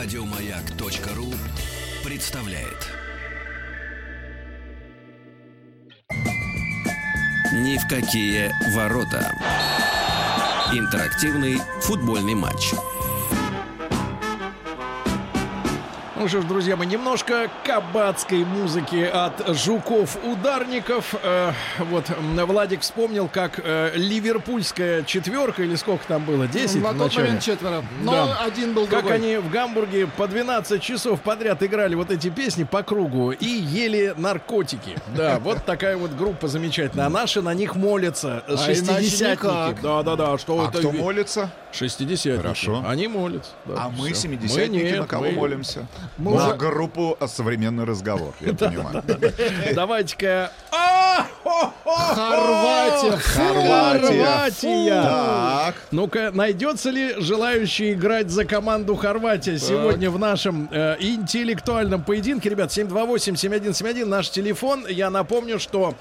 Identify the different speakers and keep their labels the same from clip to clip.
Speaker 1: Радиомаяк.ру представляет. Ни в какие ворота. Интерактивный футбольный матч.
Speaker 2: Ну что ж, друзья мои, немножко кабацкой музыки от жуков-ударников. Э, вот м, Владик вспомнил, как э, ливерпульская четверка, или сколько там было, 10
Speaker 3: Ну,
Speaker 2: в
Speaker 3: На тот
Speaker 2: начале.
Speaker 3: момент четверо. Но
Speaker 2: Да.
Speaker 3: один был
Speaker 2: Как
Speaker 3: другой.
Speaker 2: они в Гамбурге по 12 часов подряд играли вот эти песни по кругу и ели наркотики. Да, вот такая вот группа замечательная. А наши на них молятся.
Speaker 3: иначе
Speaker 2: Шестидесятники.
Speaker 3: никак.
Speaker 2: Да-да-да, что
Speaker 4: А
Speaker 2: это?
Speaker 4: кто молится?
Speaker 2: Шестидесятники.
Speaker 4: Хорошо.
Speaker 2: Они молятся. да,
Speaker 4: А мы,
Speaker 2: всё.
Speaker 4: 70
Speaker 2: Мы нет,
Speaker 4: на кого
Speaker 2: мы-
Speaker 4: молимся?
Speaker 3: Мы
Speaker 4: на
Speaker 3: уже-
Speaker 4: группу «Современный разговор», я понимаю.
Speaker 2: Давайте-ка... А, хо-хо-хо!
Speaker 3: Хорватия.
Speaker 4: Хорватия.
Speaker 2: Хорватия.
Speaker 4: Так,
Speaker 2: Ну-ка, найдется ли желающий играть за команду Хорватия сегодня в нашем э, интеллектуальном поединке? Ребят, 728-7171, наш телефон. Я напомню, что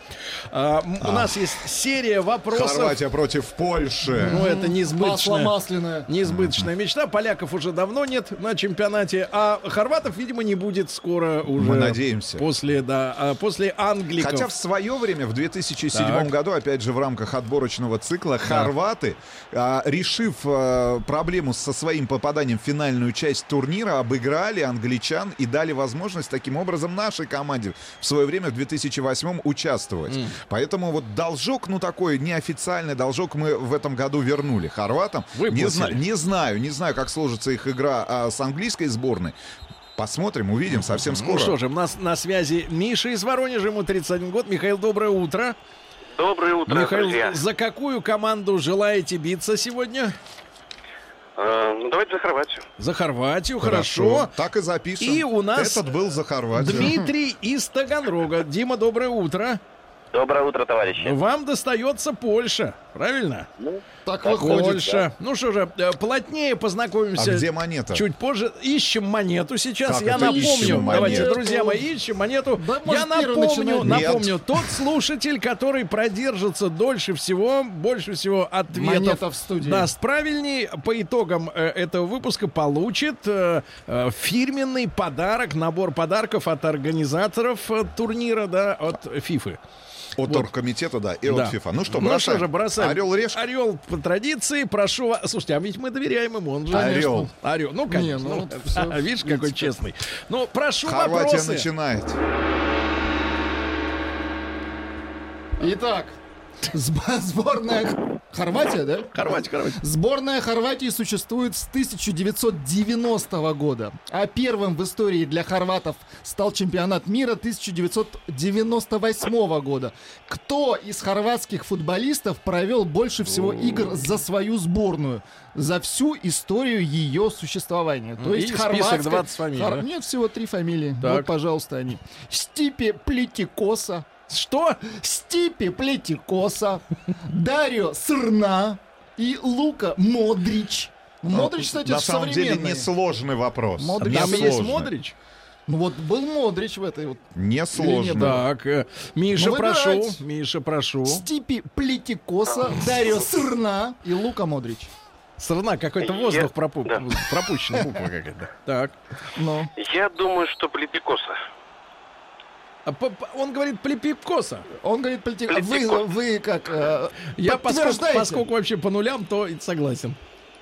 Speaker 2: э, м- у нас есть серия вопросов.
Speaker 4: А. Хорватия против Польши.
Speaker 2: Ну, это
Speaker 3: Масло
Speaker 2: неизбыточная,
Speaker 3: масляное.
Speaker 2: неизбыточная мечта. Поляков уже давно нет на чемпионате, а хорватов, видимо, не будет скоро уже.
Speaker 4: Мы надеемся.
Speaker 2: После, да, а, после англиков.
Speaker 4: Хотя в свое время, в 2007
Speaker 2: Так.
Speaker 4: году, опять же, в рамках отборочного цикла, хорваты, а, решив а, проблему со своим попаданием в финальную часть турнира, обыграли англичан и дали возможность таким образом нашей команде в свое время, в 2008 участвовать. Поэтому вот должок, ну такой неофициальный должок мы в этом году вернули хорватам. Не,
Speaker 2: Выплатили.
Speaker 4: зна- не знаю, не знаю, как сложится их игра а, с английской сборной. Посмотрим, увидим совсем скоро.
Speaker 2: Ну что же, у нас на связи Миша из Воронежа, ему 31 год. Михаил, доброе утро.
Speaker 5: Доброе утро,
Speaker 3: Ну,
Speaker 2: Михаил,
Speaker 5: друзья.
Speaker 2: за какую команду желаете биться сегодня?
Speaker 5: Э, ну, давайте за Хорватию.
Speaker 2: За Хорватию, хорошо.
Speaker 4: Так и запишем.
Speaker 2: И у нас
Speaker 4: Этот был за Хорватию.
Speaker 2: Дмитрий из Таганрога. Дима, доброе утро.
Speaker 5: Доброе утро, товарищи.
Speaker 2: Вам достается Польша, правильно?
Speaker 3: Так выходит.
Speaker 2: Польша. Ну что же, э, плотнее познакомимся.
Speaker 4: А где монета?
Speaker 2: Чуть позже ищем монету сейчас.
Speaker 4: Как
Speaker 2: Я
Speaker 4: это
Speaker 2: напомню,
Speaker 4: ищем
Speaker 2: давайте,
Speaker 4: монету?
Speaker 2: друзья мои, ищем монету.
Speaker 3: Да,
Speaker 2: Я
Speaker 3: может, первый
Speaker 2: напомню,
Speaker 3: начинает.
Speaker 2: напомню, тот слушатель, который продержится дольше всего, больше всего ответов
Speaker 3: Монета в студии.
Speaker 2: даст правильней, по итогам э, этого выпуска получит э, э, фирменный подарок, набор подарков от организаторов э, турнира, да, от ФИФы.
Speaker 4: От оргкомитета, да, и
Speaker 2: Да.
Speaker 4: от ФИФА. Ну что,
Speaker 2: ну
Speaker 4: бросаем?
Speaker 2: что же, бросаем.
Speaker 4: Орел решка.
Speaker 2: Орел по традиции, прошу вас. Слушайте, а ведь мы доверяем ему, он же.
Speaker 4: Орел.
Speaker 2: Орел. Ну, конечно.
Speaker 3: ну,
Speaker 2: ну,
Speaker 3: вот всё,
Speaker 2: а, видишь, какой честный. Ну, прошу
Speaker 4: Хорватия
Speaker 2: вопросы.
Speaker 4: начинает.
Speaker 3: Итак, сб- сборная Хорватия, да?
Speaker 2: Хорватия, Хорватия.
Speaker 3: Сборная Хорватии существует с 1990 года, а первым в истории для хорватов стал чемпионат мира 1998 года. Кто из хорватских футболистов провел больше всего игр за свою сборную? За всю историю ее существования. То
Speaker 2: Ну, и
Speaker 3: есть
Speaker 2: список
Speaker 3: хорватская-
Speaker 2: 20 фамилий, да?
Speaker 3: Нет, всего три фамилии.
Speaker 2: Так.
Speaker 3: Вот, пожалуйста, они. Стипе Плетикоса,
Speaker 2: Что?
Speaker 3: Стипе Плетикоса, Дарио Сырна и Лука Модрич. Ну, Модрич, кстати,
Speaker 4: А, На
Speaker 3: это
Speaker 4: самом деле
Speaker 3: современный.
Speaker 4: несложный вопрос.
Speaker 3: Модрич.
Speaker 4: Не
Speaker 2: Там есть
Speaker 4: сложный.
Speaker 2: Модрич?
Speaker 3: Ну вот был Модрич в этой вот. Или
Speaker 4: Несложный.
Speaker 3: нет?
Speaker 2: Так, э, Миша,
Speaker 3: Ну,
Speaker 2: прошу.
Speaker 3: выбирайте.
Speaker 2: Миша, прошу.
Speaker 3: Стипе Плетикоса, Дарио Сырна и Лука Модрич.
Speaker 2: Срна, какой-то воздух пропу-
Speaker 5: Да.
Speaker 2: пропущен. Буква какая-то. Так.
Speaker 3: Ну,
Speaker 5: Я думаю, что Плепикоса.
Speaker 2: А по- по- Он говорит плепипкоса.
Speaker 3: он говорит Плетикоса. Вы,
Speaker 5: Плетикоса.
Speaker 3: вы как э,
Speaker 2: Я поскольку,
Speaker 3: подтверждаете?
Speaker 2: поскольку вообще по нулям, то и согласен.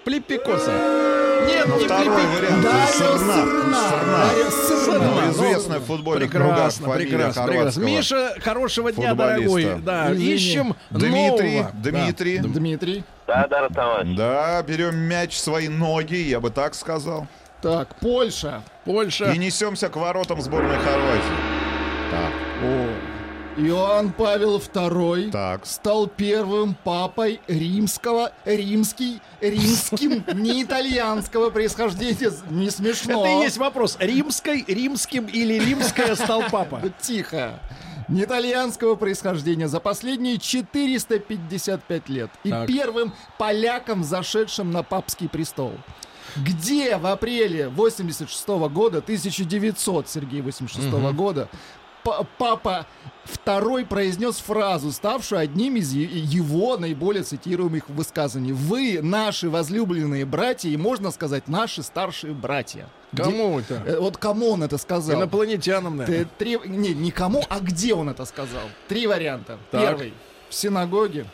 Speaker 2: Плепикоса. Нет, не
Speaker 4: Ну, Второй
Speaker 2: плепикоса.
Speaker 4: вариант.
Speaker 3: Дарио
Speaker 4: Сырна.
Speaker 3: Сырна.
Speaker 4: Сырна.
Speaker 3: Дарио Сырна.
Speaker 4: Ну,
Speaker 2: Ну,
Speaker 4: известная в футбольных кругах
Speaker 2: Прекрасно,
Speaker 4: фамилия
Speaker 2: прекрасно, прекрасно.
Speaker 4: хорватского.
Speaker 2: Миша, хорошего дня,
Speaker 4: футболиста.
Speaker 2: дорогой. Да,
Speaker 3: Извини.
Speaker 2: ищем
Speaker 4: Дмитрий,
Speaker 2: нового.
Speaker 4: Дмитрий. Да.
Speaker 3: Дмитрий.
Speaker 5: Да, да, товарищ.
Speaker 4: берем мяч в свои ноги, я бы так сказал.
Speaker 3: Так, Польша.
Speaker 2: Да, Польша.
Speaker 4: И несемся к воротам сборной Хорватии.
Speaker 3: Иоанн Павел II
Speaker 4: Так.
Speaker 3: стал первым папой римского, римский, римским, не итальянского происхождения. Не смешно.
Speaker 2: Это и есть вопрос. Римской, римским или римская стал папа?
Speaker 3: Да Тихо. Не итальянского происхождения за последние 455 лет и
Speaker 2: Так.
Speaker 3: первым поляком, зашедшим на папский престол. Где в апреле 86 года, 1900, Сергей, 86 года, па- папа второй произнес фразу, ставшую одним из е- его наиболее цитируемых высказаний. Вы наши возлюбленные братья и, можно сказать, наши старшие братья. Где-
Speaker 2: Кому это?
Speaker 3: Э, Вот кому он это сказал?
Speaker 2: Инопланетянам, наверное.
Speaker 3: Ты- три- Не, не кому, а где он это сказал? Три варианта.
Speaker 2: Так.
Speaker 3: Первый — в синагоге.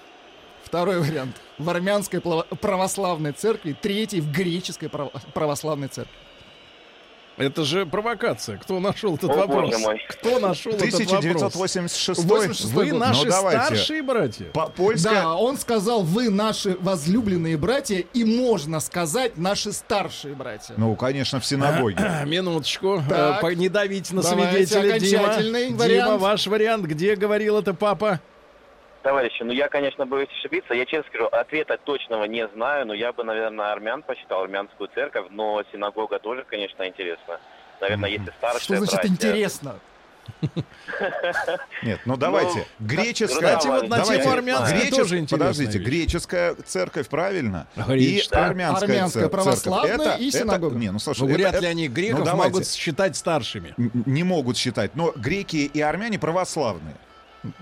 Speaker 3: Второй вариант — в армянской плава- православной церкви. Третий — в греческой право- православной церкви.
Speaker 2: Это же провокация. Кто нашел этот
Speaker 5: О,
Speaker 2: вопрос?
Speaker 5: боже мой.
Speaker 2: Кто нашел этот вопрос?
Speaker 4: 1986
Speaker 3: 86
Speaker 2: Вы
Speaker 3: год.
Speaker 2: наши
Speaker 4: Ну, давайте.
Speaker 2: старшие братья.
Speaker 4: По- Польская
Speaker 3: Да, он сказал, вы наши возлюбленные братья, и можно сказать, наши старшие братья.
Speaker 4: Ну, конечно, в синагоге.
Speaker 2: А, Минуточку.
Speaker 3: Так.
Speaker 2: Э, по- Не давить на
Speaker 3: Давайте
Speaker 2: свидетеля, Дима.
Speaker 3: окончательный
Speaker 2: Дима,
Speaker 3: вариант.
Speaker 2: ваш вариант. Где говорил это папа?
Speaker 5: Товарищи, ну я, конечно, боюсь ошибиться. Я честно скажу, ответа точного не знаю, но я бы, наверное, армян посчитал, армянскую церковь, но синагога тоже, конечно, интересно. Наверное, если старшая
Speaker 3: Что значит
Speaker 5: братья.
Speaker 3: интересно?
Speaker 4: Нет, ну давайте. Греческая...
Speaker 5: Кстати, вот на
Speaker 4: Давайте.
Speaker 5: тему армянской
Speaker 4: Гречес-
Speaker 2: тоже интересная
Speaker 4: Подождите,
Speaker 2: вещь.
Speaker 4: греческая церковь, правильно? И
Speaker 2: Греческая.
Speaker 4: армянская,
Speaker 3: Армянская,
Speaker 4: цер- церковь.
Speaker 3: православная
Speaker 4: Это-
Speaker 3: и
Speaker 4: это-
Speaker 3: синагога.
Speaker 4: Не, ну, слушай,
Speaker 2: Ну,
Speaker 4: это-
Speaker 2: вряд
Speaker 4: это-
Speaker 2: ли они греков
Speaker 4: ну, давайте.
Speaker 2: могут считать старшими.
Speaker 4: Н- Не могут считать, но греки и армяне православные.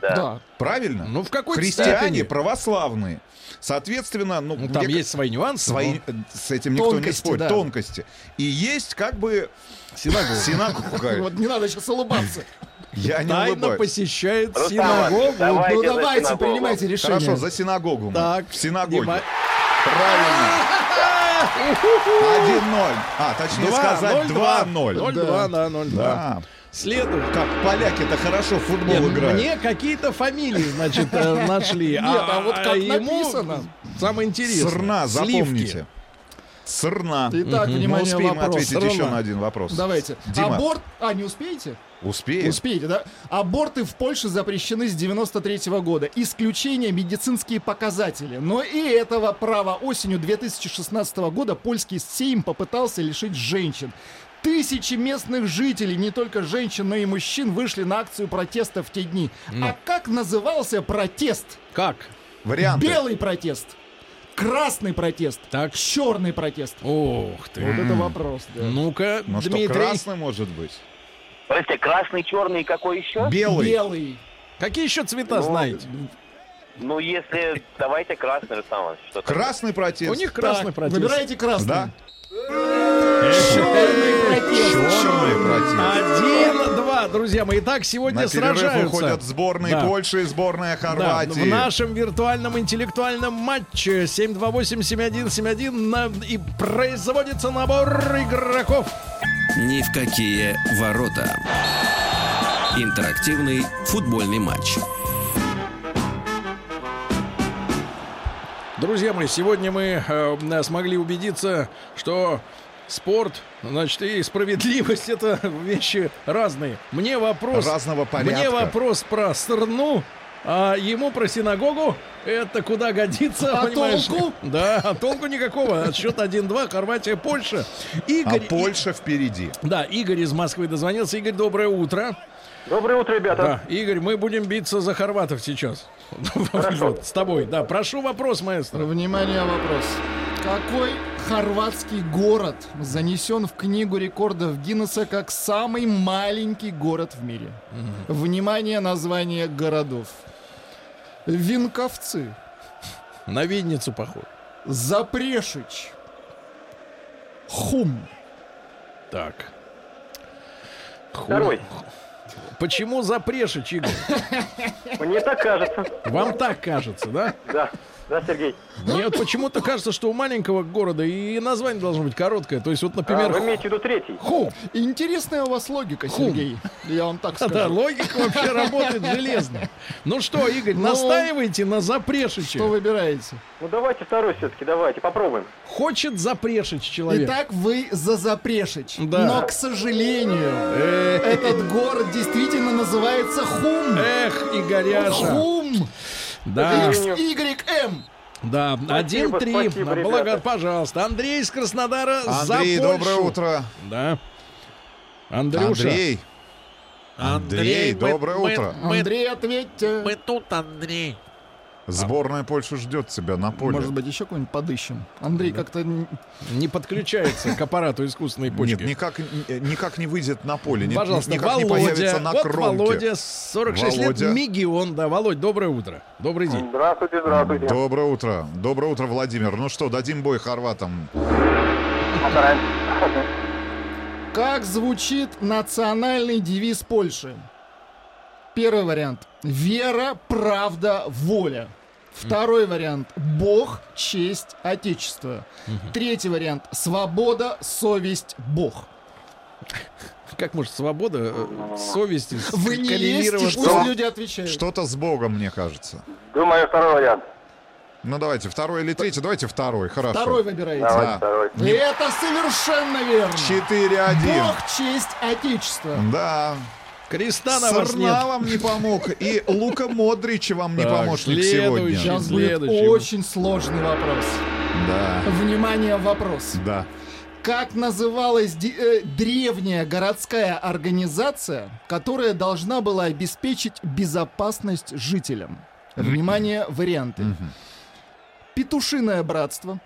Speaker 5: Да.
Speaker 3: Да.
Speaker 4: Правильно?
Speaker 2: Ну, в какой-то
Speaker 4: Христиане
Speaker 2: степени.
Speaker 4: православные. Соответственно, ну,
Speaker 2: Ну, там
Speaker 4: мне-
Speaker 2: есть свои нюансы.
Speaker 4: свои... э,
Speaker 2: но
Speaker 4: С этим никто не
Speaker 3: Тонкости,
Speaker 4: спорит.
Speaker 3: да.
Speaker 4: Тонкости. И есть как бы
Speaker 2: Синагога.
Speaker 4: синагога.
Speaker 3: Вот не надо сейчас улыбаться.
Speaker 4: Я не
Speaker 2: Тайно
Speaker 4: улыбаюсь.
Speaker 2: посещает
Speaker 5: Рустам,
Speaker 2: синагогу.
Speaker 5: давай.
Speaker 3: Ну
Speaker 5: Давайте за
Speaker 3: давайте,
Speaker 5: синагогу.
Speaker 3: принимайте решение.
Speaker 4: Хорошо, за синагогу. мы.
Speaker 2: Так.
Speaker 4: В синагоге.
Speaker 2: Дима.
Speaker 4: Правильно. 1-0. А, точнее сказать, 2-0.
Speaker 2: 0-2, да, 0-2.
Speaker 4: Да.
Speaker 2: Следует.
Speaker 4: Как поляки-то хорошо в футбол
Speaker 2: Нет,
Speaker 4: играют.
Speaker 2: мне какие-то фамилии, значит, э, нашли.
Speaker 3: а вот как
Speaker 2: ему
Speaker 3: написано?
Speaker 2: Самое интересное.
Speaker 4: Сырна,
Speaker 2: Сливки.
Speaker 4: запомните. Сырна.
Speaker 3: Итак,
Speaker 4: Мы
Speaker 3: внимание,
Speaker 4: успеем
Speaker 3: вопрос.
Speaker 4: ответить
Speaker 3: Ровно.
Speaker 4: еще на один вопрос.
Speaker 3: Давайте.
Speaker 4: Дима,
Speaker 3: Аборт... А, не успеете?
Speaker 4: успеем?
Speaker 3: Успеете, да? Аборты в Польше запрещены с 93 года. Исключение медицинские показатели. Но и этого права осенью 2016 года польский Сейм попытался лишить женщин. Тысячи местных жителей, не только женщин, но и мужчин, вышли на акцию протеста в те дни. А как назывался протест?
Speaker 2: Как?
Speaker 4: Варианты.
Speaker 3: Белый протест, красный протест,
Speaker 2: Так.
Speaker 3: черный протест.
Speaker 2: Ох
Speaker 3: Вот
Speaker 2: ты.
Speaker 3: это вопрос, да.
Speaker 2: Ну-ка,
Speaker 4: Ну что,
Speaker 2: Дмитрий.
Speaker 4: красный может быть?
Speaker 5: Простите, красный, черный и какой еще?
Speaker 4: Белый.
Speaker 3: Белый.
Speaker 2: Какие еще цвета
Speaker 5: Ну,
Speaker 2: знаете?
Speaker 5: Ну, если... Давайте красный, Рустам Иванович, что такое?
Speaker 4: Красный протест.
Speaker 2: У них красный
Speaker 3: Так,
Speaker 2: протест.
Speaker 3: Выбирайте красный.
Speaker 4: Да?
Speaker 3: Черный протест.
Speaker 4: Черный протест.
Speaker 2: Один-два, друзья мои. Итак, сегодня
Speaker 4: На перерыв
Speaker 2: А, сражаются.
Speaker 4: уходят сборные
Speaker 2: Да.
Speaker 4: Польши и сборная
Speaker 2: Да,
Speaker 4: Хорватии.
Speaker 2: в нашем виртуальном интеллектуальном матче 728-7171 на- и производится набор игроков.
Speaker 1: Ни в какие ворота. Интерактивный футбольный матч.
Speaker 2: Друзья мои, сегодня мы э, смогли убедиться, что спорт, значит, и справедливость это вещи разные. Мне вопрос.
Speaker 4: Разного порядка.
Speaker 2: Мне вопрос про страну, а ему про синагогу. Это куда годится,
Speaker 3: А
Speaker 2: понимаешь?
Speaker 3: толку?
Speaker 2: Да, а толку никакого. Счет 1-2, Хорватия, Польша.
Speaker 4: А
Speaker 2: Игорь,
Speaker 4: Польша впереди.
Speaker 2: Да, Игорь из Москвы дозвонился. Игорь, доброе утро.
Speaker 5: Доброе утро, ребята.
Speaker 2: Да, Игорь, мы будем биться за хорватов сейчас. Вот, с тобой, да. Прошу вопрос, маэстро.
Speaker 3: Внимание, вопрос. Какой хорватский город занесен в книгу рекордов Гиннесса как самый маленький город в мире? Внимание, название городов. Винковцы,
Speaker 2: На Винницу поход.
Speaker 3: Запрешич, Хум.
Speaker 2: Так. Ху-
Speaker 5: Второй.
Speaker 2: Почему запрешич, Игорь?
Speaker 5: Мне так кажется.
Speaker 2: Вам так кажется, да?
Speaker 5: Да. Да, Сергей.
Speaker 2: Мне вот почему-то кажется, что у маленького города и название должно быть короткое. То есть вот,
Speaker 3: А,
Speaker 2: например, Ху-
Speaker 5: А, в виду третий.
Speaker 2: Хум.
Speaker 3: Интересная у вас логика,
Speaker 2: Хум.
Speaker 3: Сергей. Я вам так
Speaker 2: Да,
Speaker 3: скажу.
Speaker 2: логика вообще работает железно. Ну что, Игорь,
Speaker 3: Ну,
Speaker 2: настаивайте на запрешиче.
Speaker 3: Что выбираете?
Speaker 5: Ну, давайте второй все-таки, давайте, попробуем.
Speaker 2: Хочет запрешич человек.
Speaker 3: Итак, вы за Запрешич.
Speaker 2: Да.
Speaker 3: Но, к сожалению,
Speaker 2: Э,
Speaker 3: этот город действительно называется Хум.
Speaker 2: Эх, Игоряша.
Speaker 3: Хум! А.
Speaker 2: Да,
Speaker 3: XYM!
Speaker 2: да.
Speaker 5: Спасибо,
Speaker 2: 1-3.
Speaker 5: спасибо,
Speaker 2: Благо-
Speaker 5: ребята.
Speaker 2: пожалуйста. Андрей из Краснодара за
Speaker 4: Андрей,
Speaker 2: Польшу.
Speaker 4: доброе утро.
Speaker 2: Да. Андрюша.
Speaker 4: Андрей.
Speaker 2: Андрей,
Speaker 4: Андрей, доброе утро.
Speaker 2: Мы,
Speaker 3: Андрей, ответьте.
Speaker 2: мы тут, Андрей.
Speaker 4: Сборная Польши ждет тебя на поле.
Speaker 3: Может быть, еще кого-нибудь подыщем. Андрей как-то... н-
Speaker 2: Не подключается к аппарату искусственной
Speaker 4: Нет,
Speaker 2: почки.
Speaker 4: никак, ни- никак не выйдет на поле. Нет,
Speaker 2: Пожалуйста,
Speaker 4: никак не
Speaker 2: Володя,
Speaker 4: появится на
Speaker 2: вот
Speaker 4: кромке.
Speaker 2: Володя, 46
Speaker 4: Володя.
Speaker 2: лет, Мегион, да, Володь, доброе утро, добрый день.
Speaker 6: Здравствуйте, здравствуйте.
Speaker 4: Доброе утро. Доброе утро, Владимир. Ну что, дадим бой хорватам.
Speaker 2: Э.
Speaker 6: Постараемся.
Speaker 3: Как звучит национальный девиз Польши? Первый вариант. Вера, правда, воля. Второй вариант. Бог, честь, отечество. Третий вариант. Свобода, совесть, Бог.
Speaker 2: Как может свобода, э, совесть с-
Speaker 3: Вы не лезьте,
Speaker 2: коррелировать-
Speaker 3: пусть люди отвечают.
Speaker 4: Что-то с Богом, мне кажется.
Speaker 6: Думаю, второй вариант.
Speaker 4: Ну давайте, второй или третий. Давайте второй, хорошо.
Speaker 3: Второй выбираете.
Speaker 6: Давайте
Speaker 4: Да.
Speaker 6: второй.
Speaker 3: И Это совершенно верно.
Speaker 4: 4-1.
Speaker 3: Бог, честь, отечество.
Speaker 4: Да.
Speaker 2: Креста на вас
Speaker 4: Сарна
Speaker 2: нет.
Speaker 4: вам не помог. И Лука Модрич вам не
Speaker 2: Так,
Speaker 4: помощник
Speaker 2: следующий.
Speaker 4: сегодня.
Speaker 3: Сейчас будет
Speaker 2: Следующий.
Speaker 3: очень сложный вопрос.
Speaker 4: Да.
Speaker 3: Внимание, вопрос.
Speaker 4: Да.
Speaker 3: Как называлась де- э, древняя городская организация, которая должна была обеспечить безопасность жителям? Внимание, варианты. Петушиное братство,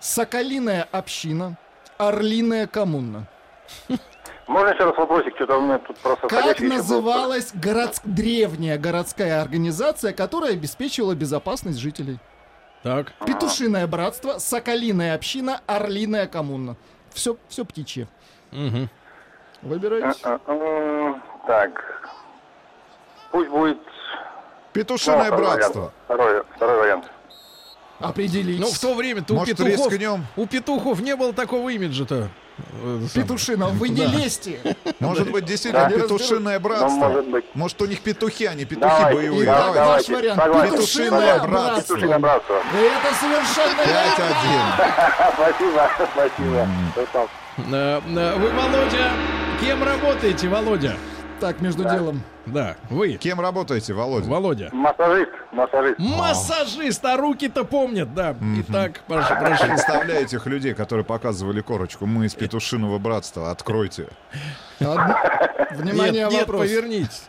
Speaker 3: Соколиная община, Орлиная коммуна.
Speaker 6: Можно еще раз вопросик? Что-то у меня тут просто...
Speaker 3: Как
Speaker 6: ходячий еще был.
Speaker 3: называлась городс- древняя городская организация, которая обеспечивала безопасность жителей?
Speaker 2: Так,
Speaker 3: Петушиное братство, Соколиная община, Орлиная коммуна. Все, все птичье.
Speaker 2: мгм.
Speaker 3: Выбирайте.
Speaker 5: А,
Speaker 6: Э, э, э, Так. Пусть будет... ну,
Speaker 4: Петушиное
Speaker 6: второй
Speaker 4: братство.
Speaker 6: вариант. Второй, второй вариант.
Speaker 3: Определитесь.
Speaker 2: Ну, в то время-то у
Speaker 4: Может,
Speaker 2: петухов,
Speaker 4: рискнем?
Speaker 2: у петухов не было такого имиджа-то. Э, сам.
Speaker 3: Петушина, вы не лезьте.
Speaker 4: Может быть, действительно,
Speaker 6: Да.
Speaker 4: петушиное
Speaker 6: Ну,
Speaker 4: братство.
Speaker 6: может быть.
Speaker 4: Может, у них петухи, а не петухи
Speaker 6: Давайте,
Speaker 4: боевые.
Speaker 6: да,
Speaker 4: Давай.
Speaker 6: давай.
Speaker 3: Ваш
Speaker 6: давайте.
Speaker 3: вариант.
Speaker 6: Согласен.
Speaker 3: Петушиное братство.
Speaker 6: Петушиное братство.
Speaker 3: Это совершенно верно.
Speaker 4: 5-1.
Speaker 6: Спасибо, спасибо. Руслан.
Speaker 2: Э, э, Вы, Володя, кем работаете, Володя?
Speaker 3: Так, между делом.
Speaker 2: Да, вы,
Speaker 4: Кем работаете, Володя?
Speaker 2: Володя.
Speaker 6: Массажист, массажист.
Speaker 2: Массажист, а руки-то помнят, да. Итак, прошу прощения.
Speaker 4: Представляю этих людей, которые показывали корочку. Мы из петушиного братства. Откройте.
Speaker 3: Од- Внимание,
Speaker 2: Нет, нет,
Speaker 3: вопрос.
Speaker 2: повернитесь.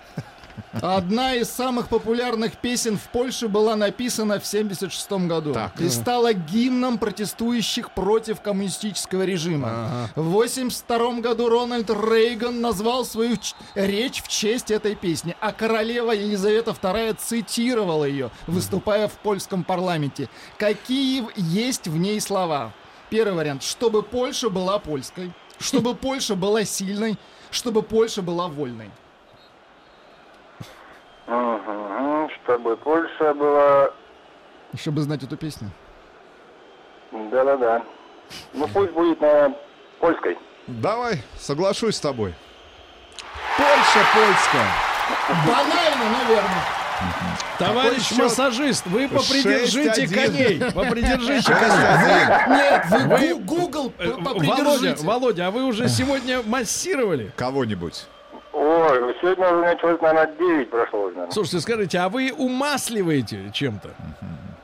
Speaker 3: Одна из самых популярных песен в Польше была написана в 76 году
Speaker 4: Так.
Speaker 3: и стала гимном протестующих против коммунистического режима. В 82 году Рональд Рейган назвал свою ч- речь в честь этой песни, а королева Елизавета II цитировала ее, выступая в польском парламенте. Какие в- есть в ней слова? Первый вариант. Чтобы Польша была польской, чтобы Польша была сильной, чтобы Польша была вольной.
Speaker 6: Мгм. Чтобы Польша была...
Speaker 3: Еще бы знать эту песню.
Speaker 6: Да-да-да. Ну пусть будет, наверное, польской.
Speaker 4: Давай, соглашусь с тобой. Польша, Польская.
Speaker 3: Банально, но верно.
Speaker 2: Товарищ
Speaker 4: счет?
Speaker 2: массажист, вы попридержите
Speaker 4: 6-1.
Speaker 2: коней. Попридержите коней.
Speaker 4: 6-1.
Speaker 3: Нет, вы
Speaker 2: Вы-
Speaker 3: Гу- Google п-
Speaker 2: Э, Володя,
Speaker 3: попридержите.
Speaker 2: Володя, а вы уже сегодня массировали?
Speaker 4: Кого-нибудь.
Speaker 6: Ой, сегодня уже у меня человек, наверное, 9 прошло уже, наверное.
Speaker 2: Слушайте, скажите, а вы умасливаете чем-то?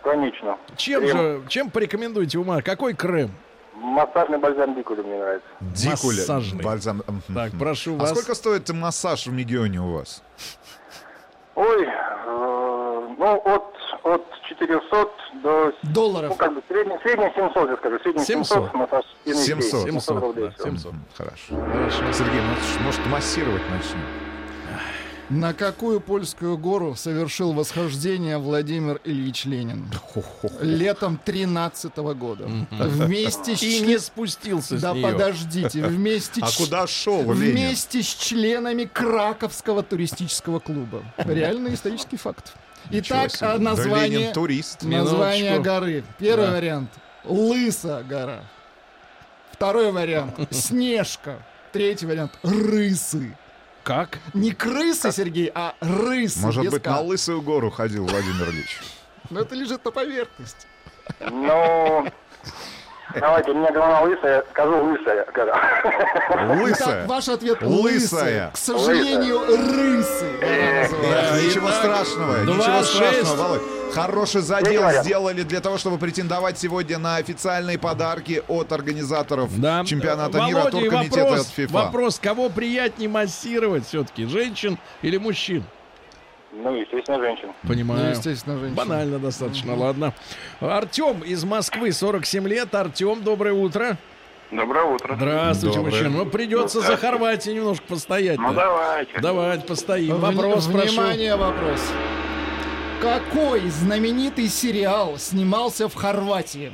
Speaker 6: Конечно.
Speaker 2: Чем
Speaker 6: Крем.
Speaker 2: же, чем порекомендуете ума? Какой крем?
Speaker 6: Массажный бальзам Бикули мне нравится.
Speaker 4: Дикуля.
Speaker 2: Массажный.
Speaker 4: Бальзам. Мгм.
Speaker 2: Так, прошу
Speaker 4: А
Speaker 2: вас.
Speaker 4: сколько стоит массаж в Мегионе у вас?
Speaker 6: Ой, э, ну от, от 400 до... Ну,
Speaker 3: Долларов.
Speaker 6: как бы, средний, средний 700, я скажу. Средний 700,
Speaker 2: 700.
Speaker 6: массаж спины и шеи.
Speaker 4: 700.
Speaker 6: 700 рублей.
Speaker 2: да, 700.
Speaker 4: Мгм, Хорошо.
Speaker 2: Хорошо.
Speaker 4: Сергей, может, может, массировать начнем?
Speaker 3: На какую польскую гору совершил восхождение Владимир Ильич Ленин? Летом 13 года. Вместе с...
Speaker 2: И
Speaker 3: член-
Speaker 2: не спустился
Speaker 3: Да
Speaker 2: с нее.
Speaker 3: подождите, вместе
Speaker 4: А
Speaker 3: ч-
Speaker 4: куда шел Ленин?
Speaker 3: Вместе с членами Краковского туристического клуба. Реальный исторический факт. Итак,
Speaker 4: Ничего
Speaker 3: а,
Speaker 4: себе. Да Ленин
Speaker 3: название...
Speaker 4: турист.
Speaker 3: Название
Speaker 2: Минуточку.
Speaker 3: горы. Первый
Speaker 2: Да.
Speaker 3: вариант. Лыса гора. Второй вариант. Снежка. Третий вариант. Рысы.
Speaker 2: Как?
Speaker 3: Не крысы, Сергей, а рысы. без
Speaker 4: Может быть,
Speaker 3: «ка».
Speaker 4: на Лысую гору ходил Владимир Ильич.
Speaker 3: Но это лежит на поверхности.
Speaker 6: Ну, давайте, у меня голова лысая, скажу лысая. гора.
Speaker 4: Лысая.
Speaker 3: Итак, ваш ответ
Speaker 4: Лысая.
Speaker 3: лысая. К сожалению, рысы. гора называется.
Speaker 4: Нет, Э, ничего
Speaker 2: Итак,
Speaker 4: страшного,
Speaker 2: Э, два,
Speaker 4: ничего страшного,
Speaker 2: шесть.
Speaker 4: Володь. Хороший задел
Speaker 6: говорят.
Speaker 4: сделали для того, чтобы претендовать сегодня на официальные подарки от организаторов
Speaker 2: Да.
Speaker 4: чемпионата
Speaker 2: Володя,
Speaker 4: мира
Speaker 2: и
Speaker 4: Туркомитета
Speaker 2: вопрос,
Speaker 4: от FIFA.
Speaker 2: вопрос, кого приятнее массировать все-таки, женщин или мужчин?
Speaker 6: Ну, естественно, женщин.
Speaker 3: Ну,
Speaker 2: Понимаю.
Speaker 3: естественно, женщина.
Speaker 2: Банально достаточно, ладно. Артем из Москвы, 47 лет. Артем, доброе утро.
Speaker 6: Доброе утро.
Speaker 2: Здравствуйте,
Speaker 4: Доброе.
Speaker 2: мужчина. Ну, придется за Хорватию немножко постоять.
Speaker 6: Ну, давайте.
Speaker 2: Давайте постоим.
Speaker 3: Вни-
Speaker 2: Вопрос прошу.
Speaker 3: Внимание, вопрос. Какой знаменитый сериал снимался в Хорватии?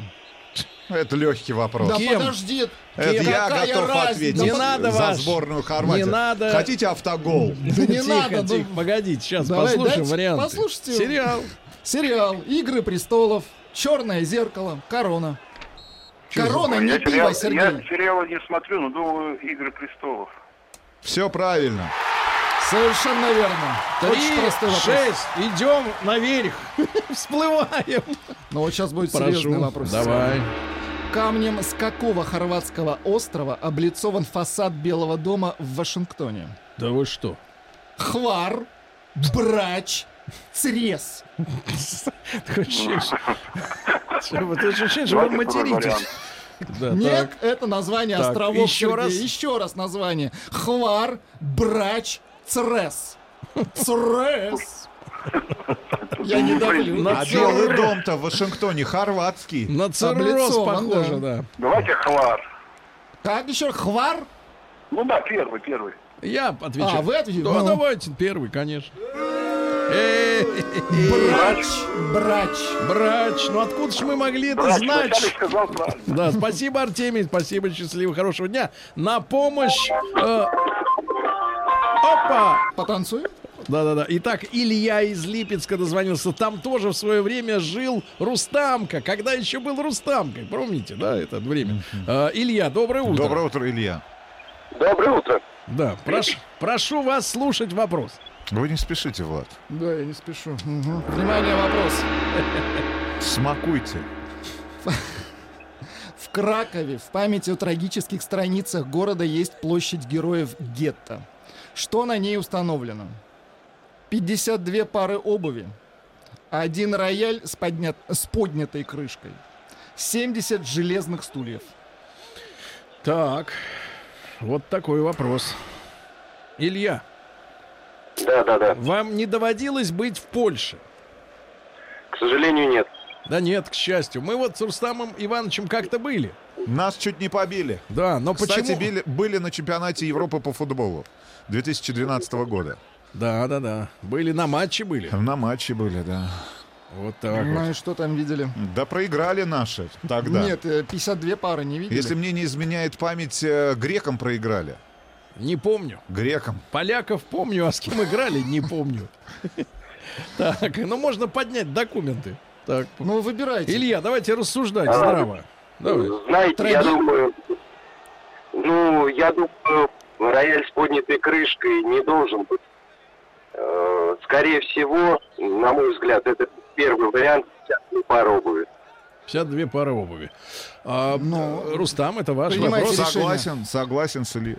Speaker 4: Это легкий вопрос.
Speaker 3: Да
Speaker 2: Кем?
Speaker 3: подожди.
Speaker 4: Это я
Speaker 3: какая
Speaker 4: готов
Speaker 3: разница?
Speaker 4: ответить.
Speaker 2: Не
Speaker 3: Да
Speaker 2: надо
Speaker 4: за
Speaker 2: ваш.
Speaker 4: сборную Хорватии.
Speaker 2: Не надо.
Speaker 4: Хотите автогол?
Speaker 3: Да не
Speaker 2: Тихо,
Speaker 3: надо, ну,
Speaker 2: тихо, погодите, сейчас
Speaker 3: давай,
Speaker 2: послушаем
Speaker 3: дайте,
Speaker 2: варианты.
Speaker 3: послушайте.
Speaker 2: Сериал.
Speaker 3: Сериал «Игры престолов», «Черное зеркало», «Корона». Корона
Speaker 6: я,
Speaker 3: не
Speaker 6: сериал,
Speaker 3: пиво, Сергей.
Speaker 6: я сериалы не смотрю, но думаю, «Игры престолов».
Speaker 4: Все правильно.
Speaker 3: Совершенно верно. Очень простой
Speaker 2: Три,
Speaker 3: вопрос.
Speaker 2: шесть, идем наверх. Всплываем.
Speaker 3: Но вот сейчас будет серьезный
Speaker 2: Прошу,
Speaker 3: вопрос.
Speaker 2: давай.
Speaker 3: Камнем с какого хорватского острова облицован фасад Белого дома в Вашингтоне?
Speaker 2: Да вы что?
Speaker 3: Хвар, брач, црес.
Speaker 2: Такое ощущение, что- Вот ощущение, что вы
Speaker 6: Давайте второй
Speaker 2: материтесь.
Speaker 6: вариант.
Speaker 2: Да,
Speaker 3: Нет,
Speaker 2: Э, так.
Speaker 3: это название
Speaker 2: Так,
Speaker 3: островов.
Speaker 2: еще
Speaker 3: Сергей.
Speaker 2: раз.
Speaker 3: Еще раз название. Хвар, брач, црес. Црес. Я не давлю.
Speaker 2: На
Speaker 4: А
Speaker 2: Церер.
Speaker 4: Белый дом-то в Вашингтоне хорватский.
Speaker 2: На цирроз
Speaker 3: Облицован,
Speaker 2: похоже,
Speaker 3: да.
Speaker 2: да.
Speaker 6: Давайте «Хвар».
Speaker 3: Как еще? Хвар?
Speaker 6: Ну да, первый, первый.
Speaker 2: Я отвечаю.
Speaker 3: А, вы отвечаете?
Speaker 2: Да,
Speaker 3: Ну.
Speaker 2: давайте, первый, конечно. Эй,
Speaker 3: Брач, брач.
Speaker 2: Брач, ну откуда же мы могли это
Speaker 6: Врач
Speaker 2: знать?
Speaker 6: вначале сказал правильно.
Speaker 2: Да, спасибо, Артемий, спасибо, счастливо, хорошего дня. На помощь... э, Опа!
Speaker 3: Потанцуем?
Speaker 2: Да-да-да. Итак, Илья из Липецка дозвонился. Там тоже в свое время жил Рустамка. Когда еще был Рустамкой? Помните, да, это время? Э, Илья, доброе утро.
Speaker 4: Доброе утро, Илья.
Speaker 6: Доброе утро.
Speaker 2: Да, прош- прошу вас слушать вопрос.
Speaker 4: Вы не спешите, Влад.
Speaker 3: Да, я не спешу. Мгм. Внимание, вопрос.
Speaker 4: Смакуйте.
Speaker 3: В Кракове в памяти о трагических страницах города есть площадь героев гетто. Что на ней установлено? 52 пары обуви, один рояль с, поднят- с поднятой крышкой, 70 железных стульев.
Speaker 2: Так, вот такой вопрос. Илья,
Speaker 6: Да, да, да.
Speaker 2: вам не доводилось быть в Польше?
Speaker 6: К сожалению, нет.
Speaker 2: Да нет, к счастью. Мы вот с Рустамом Ивановичем как-то были.
Speaker 4: Нас чуть не побили.
Speaker 2: Да, но
Speaker 4: Кстати,
Speaker 2: А почему...
Speaker 4: били- были на чемпионате Европы по футболу 2012 года.
Speaker 2: Да, да, да. Были на матче были.
Speaker 4: На матче были, да.
Speaker 2: Вот так вот.
Speaker 3: Ну и что там видели?
Speaker 4: Да проиграли наши тогда.
Speaker 3: Нет, э, 52 пары не видели.
Speaker 4: Если мне не изменяет память, э, грекам проиграли.
Speaker 2: Не помню.
Speaker 4: Грекам.
Speaker 2: Поляков помню, а с кем играли, не помню. Так, ну можно поднять документы. Так.
Speaker 3: Ну выбирайте.
Speaker 2: Илья, давайте рассуждать здраво. Давай.
Speaker 7: Знаете, я
Speaker 3: Тради-
Speaker 7: думаю, ну, я думаю, рояль с поднятой крышкой не должен быть. Э, Скорее всего, на мой взгляд, это первый вариант пара обуви.
Speaker 2: 52 пары обуви. А,
Speaker 3: Ну,
Speaker 2: Рустам, это ваш
Speaker 3: принимайте
Speaker 2: вопрос.
Speaker 3: решение.
Speaker 4: Согласен, согласен с Ильей.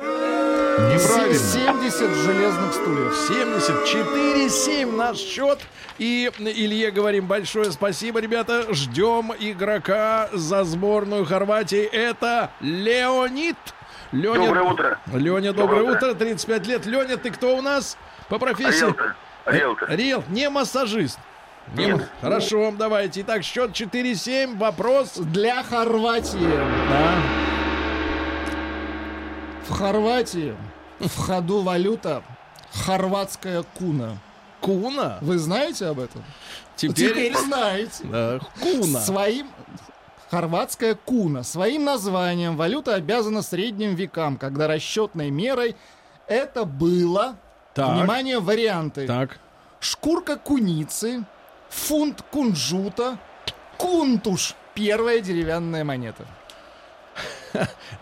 Speaker 3: Се-
Speaker 4: Неправильно.
Speaker 3: 70 железных стульев.
Speaker 2: 74-7 наш счет. И Илье говорим большое спасибо, ребята. Ждем игрока за сборную Хорватии. Это Леонид. Леня...
Speaker 6: Доброе утро.
Speaker 2: Леня, доброе,
Speaker 6: Доброе
Speaker 2: утро. 35 лет. Леня, ты кто у нас по профессии?
Speaker 6: Риэлтор. Риэлтор.
Speaker 2: Риэл, Э, не массажист. Не ма- Хорошо, давайте. Итак, счет 4-7. Вопрос.
Speaker 3: Для Хорватии.
Speaker 2: Да.
Speaker 3: В Хорватии в ходу валюта хорватская куна.
Speaker 2: Куна.
Speaker 3: Вы знаете об этом?
Speaker 2: Теперь...
Speaker 3: знаете.
Speaker 2: Да, Куна.
Speaker 3: Своим... Хорватская куна. Своим названием валюта обязана средним векам, когда расчетной мерой это было...
Speaker 2: Так.
Speaker 3: Внимание, варианты.
Speaker 2: Так.
Speaker 3: Шкурка куницы, фунт кунжута, кунтуш. Первая деревянная монета.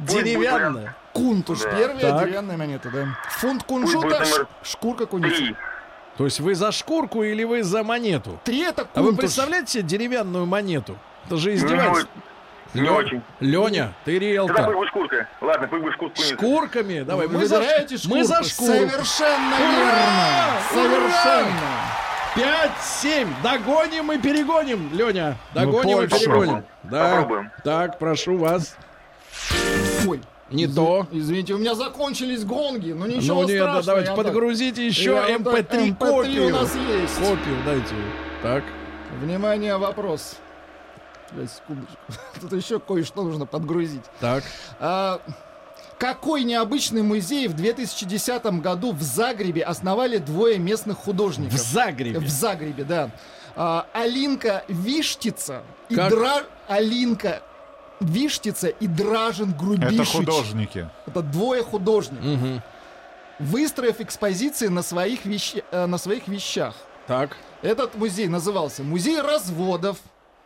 Speaker 2: Деревянная.
Speaker 3: Кунтуш. Первая
Speaker 2: Так.
Speaker 3: деревянная монета, да. Фунт кунжута,
Speaker 6: будет номер
Speaker 3: ш- шкурка куницы.
Speaker 2: То есть вы за шкурку или вы за монету?
Speaker 3: Три это
Speaker 2: А вы
Speaker 3: кунтуш.
Speaker 2: представляете себе деревянную монету? Это же
Speaker 6: Ну,
Speaker 2: издевательство.
Speaker 6: не очень.
Speaker 2: Леня, ты
Speaker 6: Тогда пусть
Speaker 2: риэлтор.
Speaker 6: будет шкурка. Ладно, пусть будет шкурка.
Speaker 2: Шкурками? Давай,
Speaker 3: Вы
Speaker 2: мы за,
Speaker 3: выбираете
Speaker 2: ш- мы за
Speaker 3: шкурку.
Speaker 2: шкурку.
Speaker 3: Совершенно
Speaker 2: Ура!
Speaker 3: верно. Совершенно.
Speaker 2: 5-7. Догоним и перегоним, Леня.
Speaker 3: Ну,
Speaker 2: Догоним и
Speaker 4: Польшу.
Speaker 2: перегоним. Да.
Speaker 6: Попробуем.
Speaker 2: Так, прошу вас.
Speaker 3: Ой,
Speaker 2: Не
Speaker 3: Изв-
Speaker 2: то.
Speaker 3: Извините, у меня закончились гонги, ну ничего
Speaker 2: Ну нет, да,
Speaker 3: страшного.
Speaker 2: давайте
Speaker 3: я
Speaker 2: подгрузите
Speaker 3: так-
Speaker 2: еще
Speaker 3: я вам так-
Speaker 2: MP3
Speaker 3: MP3 у
Speaker 2: копию.
Speaker 3: нас есть.
Speaker 2: Копию дайте. Так.
Speaker 3: Внимание, вопрос. Блядь, секундочку. Тут еще кое-что нужно подгрузить.
Speaker 2: Так.
Speaker 3: А, какой необычный музей в 2010 году в Загребе основали двое местных
Speaker 2: В
Speaker 3: художников?
Speaker 2: Загребе.
Speaker 3: В Загребе, да. А, Алинка Виштица и
Speaker 2: Как?
Speaker 3: Дра... Алинка Виштица и Дражен Грубишич.
Speaker 8: Это художники.
Speaker 3: Это двое художников.
Speaker 2: Мгм.
Speaker 3: Выстроив экспозиции на своих, вещ- э, на своих вещах.
Speaker 2: Так.
Speaker 3: Этот музей назывался Музей разводов,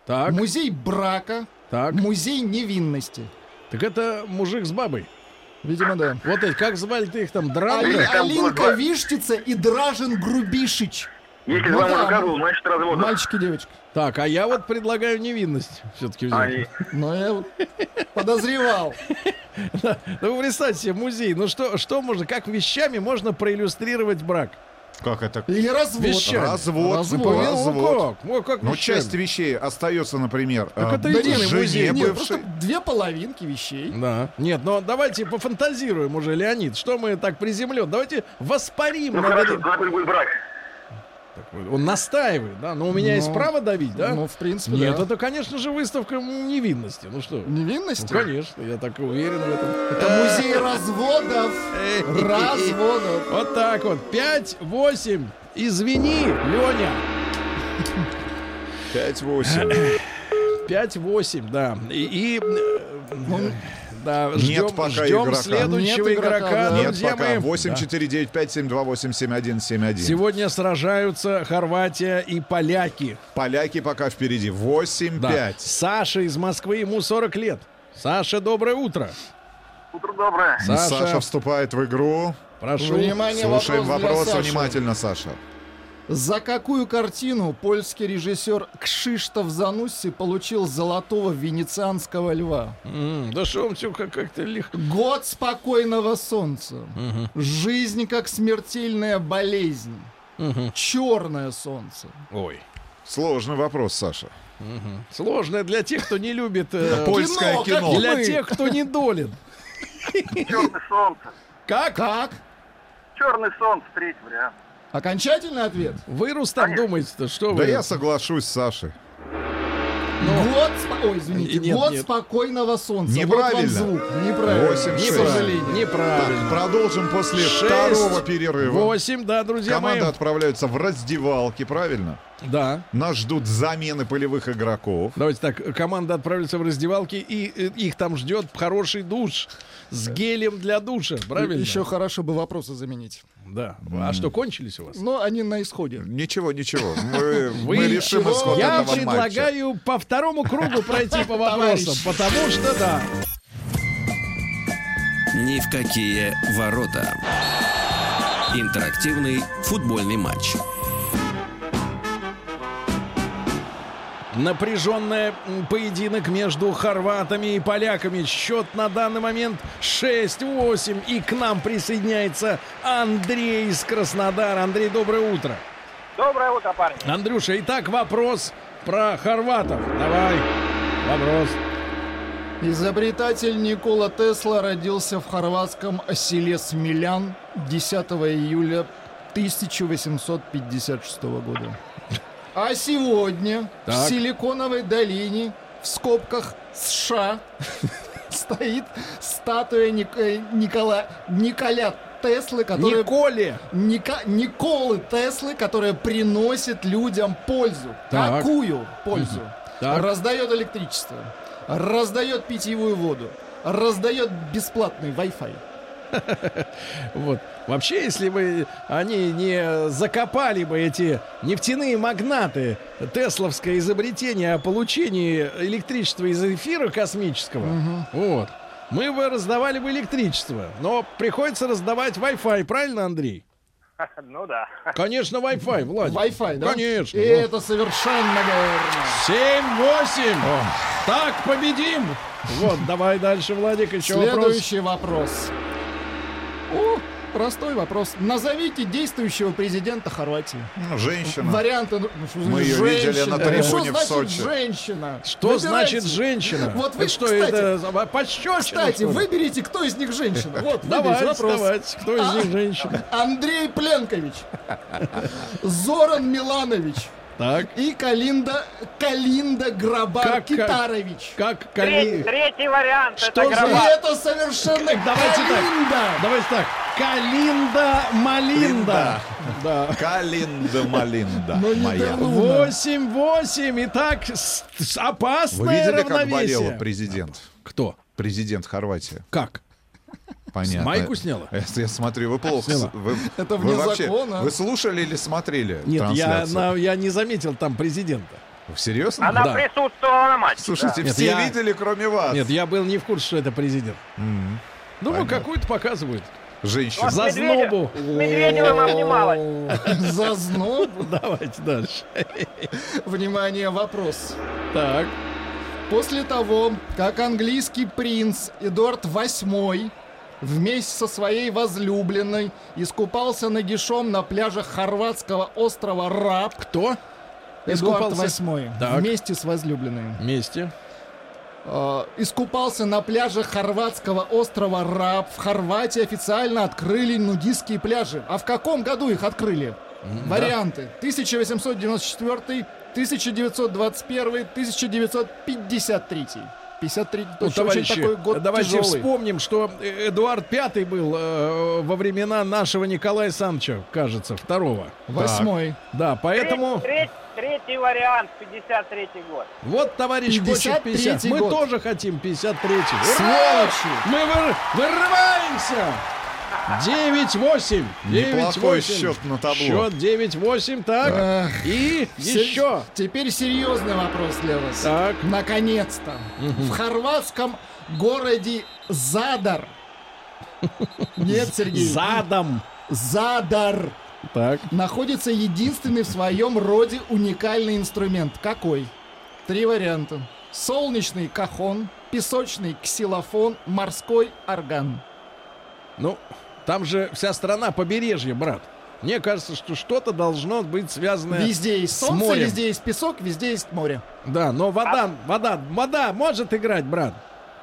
Speaker 2: Так.
Speaker 3: Музей брака,
Speaker 2: Так.
Speaker 3: Музей невинности.
Speaker 2: Так это мужик с бабой.
Speaker 3: Видимо, да.
Speaker 2: Вот эти, как звали-то их там,
Speaker 3: Али-
Speaker 2: Дранга?
Speaker 6: Или там
Speaker 3: Алинка
Speaker 6: было-
Speaker 3: Виштица и Дражен Грубишич.
Speaker 6: Если
Speaker 3: Ну
Speaker 6: два
Speaker 3: да.
Speaker 6: мужика было, значит развод.
Speaker 3: Мальчики, девочки.
Speaker 2: Так, а я вот предлагаю невинность все-таки взять.
Speaker 6: Они...
Speaker 3: Но я вот подозревал.
Speaker 2: Ну, вы представьте себе, музей. Ну, что, что можно, как вещами можно проиллюстрировать брак?
Speaker 8: Как это?
Speaker 3: Или развод.
Speaker 2: Вещами.
Speaker 4: Развод,
Speaker 3: Развод.
Speaker 4: ну,
Speaker 2: Ну,
Speaker 4: развод.
Speaker 2: как? Ну, как
Speaker 4: Но
Speaker 2: вещами?
Speaker 4: часть вещей остается, например,
Speaker 2: Так
Speaker 4: э,
Speaker 2: это единый
Speaker 4: жене
Speaker 2: музей.
Speaker 3: ну, Нет,
Speaker 4: бывшей.
Speaker 3: просто две половинки вещей.
Speaker 2: Да. Нет, но давайте пофантазируем уже, Леонид. Что мы так приземлен? Давайте воспарим.
Speaker 6: Ну
Speaker 2: на
Speaker 6: хорошо,
Speaker 2: этой-
Speaker 6: завтра будет брак.
Speaker 2: Он настаивает, да? Но у меня есть
Speaker 3: Ну,
Speaker 2: право давить, да?
Speaker 3: Ну, в принципе,
Speaker 2: Нет,
Speaker 3: да.
Speaker 2: это, конечно же, выставка м, невинности. Ну что? Ну,
Speaker 3: Невинность?
Speaker 2: конечно, я так уверен в этом.
Speaker 3: Это музей разводов. Разводов.
Speaker 2: Вот так вот. 5-8. Извини, Леня. Э,
Speaker 4: 5-8.
Speaker 2: 5-8, да. И, и, э, да, ждем,
Speaker 4: нет пока
Speaker 2: ждем
Speaker 4: игрока.
Speaker 2: следующего
Speaker 3: Нет Ну, игрока,
Speaker 2: игрока,
Speaker 3: да.
Speaker 4: Нет
Speaker 2: друзья
Speaker 4: пока.
Speaker 2: мои.
Speaker 4: 8 4 9 5 7 2 8 7 1 7 1.
Speaker 2: Сегодня сражаются Хорватия и поляки.
Speaker 4: Поляки пока впереди.
Speaker 2: Да.
Speaker 4: 8-5.
Speaker 2: Саша из Москвы, ему 40 лет. Саша, доброе утро.
Speaker 6: Утро доброе.
Speaker 2: Саша,
Speaker 4: Саша вступает в игру.
Speaker 2: прошу.
Speaker 3: Внимание,
Speaker 4: Слушаем
Speaker 3: вопрос для
Speaker 4: вопрос
Speaker 3: Саши.
Speaker 4: внимательно, Саша.
Speaker 3: За какую картину польский режиссер Кшиштоф Занусси получил золотого венецианского льва?
Speaker 2: М, да что он все как- как-то легко.
Speaker 3: Год спокойного солнца. Жизнь как смертельная болезнь. Черное солнце.
Speaker 2: Ой.
Speaker 4: Сложный вопрос, Саша.
Speaker 2: Сложное для тех, кто не любит... э,
Speaker 4: Польское
Speaker 3: кино,
Speaker 4: кино.
Speaker 3: как
Speaker 2: Для
Speaker 3: мы.
Speaker 2: тех, кто не долен.
Speaker 6: Черное солнце.
Speaker 2: Как?
Speaker 3: Как?
Speaker 6: Черное солнце, третий вариант.
Speaker 3: Окончательный ответ.
Speaker 2: Вы, Рустам, думаете-то, что вы?
Speaker 4: Да я соглашусь с Сашей.
Speaker 3: Год, спо- ой, извините,
Speaker 2: Ну. Нет,
Speaker 3: год
Speaker 2: нет.
Speaker 3: спокойного солнца. Вот вам
Speaker 4: Неправильно.
Speaker 3: звук. Неправильно.
Speaker 4: Восемь,
Speaker 3: К
Speaker 4: шесть.
Speaker 3: сожалению.
Speaker 4: Так,
Speaker 2: Неправильно.
Speaker 4: продолжим после
Speaker 2: Шесть,
Speaker 4: второго перерыва.
Speaker 2: 8, да, друзья
Speaker 4: Команды
Speaker 2: мои.
Speaker 4: отправляются в раздевалки, правильно?
Speaker 2: Да.
Speaker 4: Нас ждут замены полевых игроков.
Speaker 2: Давайте так, команда отправится в раздевалки, и э, их там ждет хороший душ с гелем для душа, правильно?
Speaker 3: Еще хорошо бы вопросы заменить.
Speaker 2: Да. А что, кончились у вас?
Speaker 3: Но они на исходе.
Speaker 4: Ничего, ничего. Мы, мы
Speaker 2: Вы
Speaker 4: решим
Speaker 2: чего?
Speaker 4: исход
Speaker 2: Я
Speaker 4: этого матча.
Speaker 2: предлагаю по второму кругу пройти по вопросам,
Speaker 3: Товарищ.
Speaker 2: потому что да.
Speaker 1: Ни в какие ворота. Интерактивный футбольный матч.
Speaker 2: Напряженный поединок между хорватами и поляками. Счет на данный момент 6-8. И к нам присоединяется Андрей из Краснодара. Андрей, доброе утро.
Speaker 5: Доброе утро, парни.
Speaker 2: Андрюша, итак, вопрос про хорватов. Давай. Вопрос.
Speaker 3: Изобретатель Никола Тесла родился в хорватском селе Смелян 10 июля 1856 года. А сегодня
Speaker 2: Так.
Speaker 3: в Силиконовой долине в скобках США стоит статуя Ник- э, Никола Николя Теслы, которая
Speaker 2: Николе.
Speaker 3: Ника- Николы Теслы, которая приносит людям пользу.
Speaker 2: Так.
Speaker 3: Какую пользу?
Speaker 2: Так.
Speaker 3: Раздает электричество, раздает питьевую воду, раздает бесплатный Wi-Fi.
Speaker 2: Вот. Вообще, если бы они не закопали бы эти нефтяные магнаты тесловское изобретение о получении электричества из эфира космического, вот, мы бы раздавали бы электричество. Но приходится раздавать Wi-Fi, правильно, Андрей?
Speaker 5: Ну да.
Speaker 2: Конечно, Wi-Fi, Владимир.
Speaker 3: Wi-Fi, да?
Speaker 2: Конечно.
Speaker 3: И
Speaker 2: ну.
Speaker 3: это совершенно верно.
Speaker 2: 7-8. Так победим. Вот, давай дальше, Владик, еще вопрос.
Speaker 3: Следующий вопрос. О, простой вопрос. Назовите действующего президента Хорватии.
Speaker 4: Ну, Женщина.
Speaker 3: Варианты. ну, что
Speaker 4: Мы
Speaker 3: значит
Speaker 4: её видели
Speaker 3: женщина?
Speaker 4: на трибуне
Speaker 3: Что
Speaker 4: в
Speaker 3: значит
Speaker 4: Сочи.
Speaker 3: женщина?
Speaker 2: Что
Speaker 3: Выбирайте.
Speaker 2: значит женщина?
Speaker 3: Вот вы,
Speaker 2: Это что,
Speaker 3: кстати,
Speaker 2: это пощечина?
Speaker 3: Кстати,
Speaker 2: что ли?
Speaker 3: выберите, кто из них женщина. Вот, выберите
Speaker 2: Давайте,
Speaker 3: вопрос.
Speaker 2: давайте. Кто из
Speaker 3: А.
Speaker 2: них женщина?
Speaker 3: Андрей Пленкович, Зоран Миланович
Speaker 2: Так.
Speaker 3: и Калинда, Калинда Грабар
Speaker 2: Как- как-
Speaker 3: Китарович.
Speaker 2: Как
Speaker 8: Третий,
Speaker 2: Кали...
Speaker 8: третий вариант это
Speaker 2: Что за-
Speaker 3: И
Speaker 8: гроба.
Speaker 3: это совершенно
Speaker 2: Давайте так.
Speaker 3: Калинда.
Speaker 2: Давайте так. Калинда Малинда. Да.
Speaker 4: Калинда Малинда
Speaker 3: Ну, не
Speaker 4: моя.
Speaker 3: дано.
Speaker 2: 8-8. Итак, с- с-
Speaker 4: Вы
Speaker 2: опасное
Speaker 4: видели, как болела
Speaker 2: равновесие.
Speaker 4: президент?
Speaker 2: Кто?
Speaker 4: Президент Хорватии.
Speaker 2: Как?
Speaker 4: Понятно.
Speaker 2: Майку сняла?
Speaker 4: Это я смотрю, вы плохо.
Speaker 2: Сняла.
Speaker 4: с- Вы,
Speaker 3: Это
Speaker 4: вы
Speaker 3: вне
Speaker 4: вообще-
Speaker 3: закона.
Speaker 4: Вы слушали или смотрели
Speaker 2: Нет, я,
Speaker 4: трансляцию?
Speaker 2: на- я не заметил там президента.
Speaker 4: Серьезно?
Speaker 8: Она
Speaker 2: Да.
Speaker 8: присутствовала на матче.
Speaker 4: Слушайте,
Speaker 2: Нет,
Speaker 4: все
Speaker 2: я-
Speaker 4: видели, кроме вас.
Speaker 2: Нет, я был не в курсе, что это президент.
Speaker 4: М,
Speaker 2: Думаю,
Speaker 4: Понятно.
Speaker 2: какую-то показывают.
Speaker 4: Женщина.
Speaker 8: Вот
Speaker 2: За
Speaker 8: Медведев-
Speaker 2: знобу.
Speaker 8: С Медведевым обнималась.
Speaker 3: За зноб.
Speaker 2: Давайте дальше.
Speaker 3: Внимание, вопрос.
Speaker 2: Так.
Speaker 3: После того, как английский принц Эдуард VIII вместе со своей возлюбленной искупался нагишом на пляжах хорватского острова Раб,
Speaker 2: Кто?
Speaker 3: Эдуард
Speaker 2: Искупался?
Speaker 3: VIII
Speaker 2: Так.
Speaker 3: вместе с возлюбленной
Speaker 2: Вместе.
Speaker 3: э, искупался на пляжах хорватского острова Раб. В Хорватии официально открыли нудистские пляжи. А в каком году их открыли? Варианты. 1894, 1921, 1953. 53
Speaker 2: Ну,
Speaker 3: очень- очень
Speaker 2: товарищи,
Speaker 3: такой год
Speaker 2: давайте
Speaker 3: тяжелый.
Speaker 2: вспомним, что э, Эдуард Пятый был э, во времена нашего Николая Санча, кажется, второго.
Speaker 3: Восьмой.
Speaker 2: Да, поэтому
Speaker 8: Треть- Третий вариант, 53-й год.
Speaker 2: вот товарищ хочет
Speaker 3: 53-й
Speaker 2: 50. Мы
Speaker 3: год.
Speaker 2: тоже хотим 53.
Speaker 3: Сволочи!
Speaker 2: Мы выр- вырываемся! 9-8.
Speaker 4: Неплохой
Speaker 2: 9-8.
Speaker 4: счет на табло.
Speaker 2: Счет 9-8, так. И
Speaker 3: Се-
Speaker 2: еще.
Speaker 3: Теперь серьезный вопрос для вас.
Speaker 2: Так.
Speaker 3: Наконец-то. В хорватском городе Задар. Нет, Сергей.
Speaker 2: Задом.
Speaker 3: Задар.
Speaker 2: Так.
Speaker 3: Находится единственный в своем роде уникальный инструмент. Какой? Три варианта. Солнечный кахон, песочный ксилофон, морской орган.
Speaker 2: Ну, там же вся страна побережье, брат. Мне кажется, что что-то должно быть связано...
Speaker 3: Везде есть
Speaker 2: Э, с
Speaker 3: солнце,
Speaker 2: морем.
Speaker 3: везде есть песок, везде есть море.
Speaker 2: Да, но вода, вода, вода может играть, брат.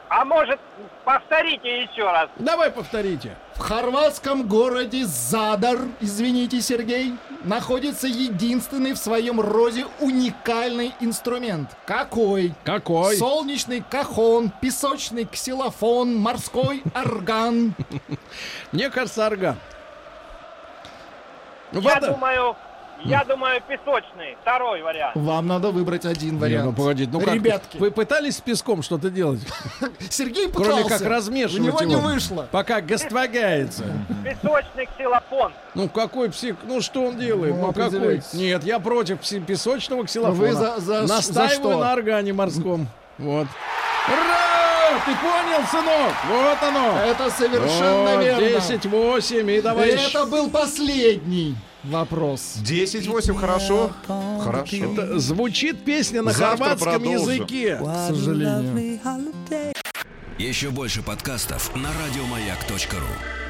Speaker 8: А может, повторите еще раз.
Speaker 2: Давай повторите.
Speaker 3: В хорватском городе Задар, извините, Сергей, находится единственный в своем роде уникальный инструмент. Какой?
Speaker 2: Какой?
Speaker 3: Солнечный кахон, песочный ксилофон, морской орган.
Speaker 2: Мне кажется, орган. Ну,
Speaker 8: Я
Speaker 2: вода-
Speaker 8: думаю, я думаю, песочный, второй вариант.
Speaker 3: Вам надо выбрать один
Speaker 2: Не,
Speaker 3: вариант.
Speaker 2: ну погодите, ну как?
Speaker 3: Ребятки,
Speaker 2: Вы пытались с песком что-то делать?
Speaker 3: Сергей пытался.
Speaker 2: Кроме как
Speaker 3: У
Speaker 2: размешивать
Speaker 3: него не
Speaker 2: его,
Speaker 3: вышло.
Speaker 2: Пока гоствагается.
Speaker 8: Песочный ксилофон.
Speaker 2: Ну какой псих? Ну что он делает? Ну,
Speaker 3: Ну,
Speaker 2: какой?
Speaker 3: определитесь. Ну,
Speaker 2: Нет, я против пси- песочного ксилофона.
Speaker 3: Вы за- за ш- за
Speaker 2: Настаиваю
Speaker 3: что?
Speaker 2: на органе морском. Вот. Ура! Ты понял, сынок? Вот оно.
Speaker 3: Это совершенно
Speaker 2: Вот,
Speaker 3: верно.
Speaker 2: 10-8. И давай
Speaker 3: Это был последний вопрос.
Speaker 4: 10-8, хорошо? Хорошо.
Speaker 2: Это Звучит песня на
Speaker 4: Завтра
Speaker 2: хорватском
Speaker 4: продолжим.
Speaker 2: языке.
Speaker 3: К сожалению.
Speaker 1: Еще больше подкастов на радиомаяк.ру.